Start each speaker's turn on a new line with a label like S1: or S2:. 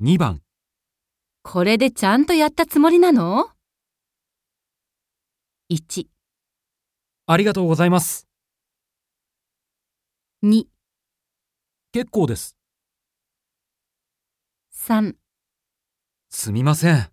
S1: 2番、
S2: これでちゃんとやったつもりなの ?1、
S1: ありがとうございます。
S2: 2、
S1: 結構です。
S2: 3
S1: すみません。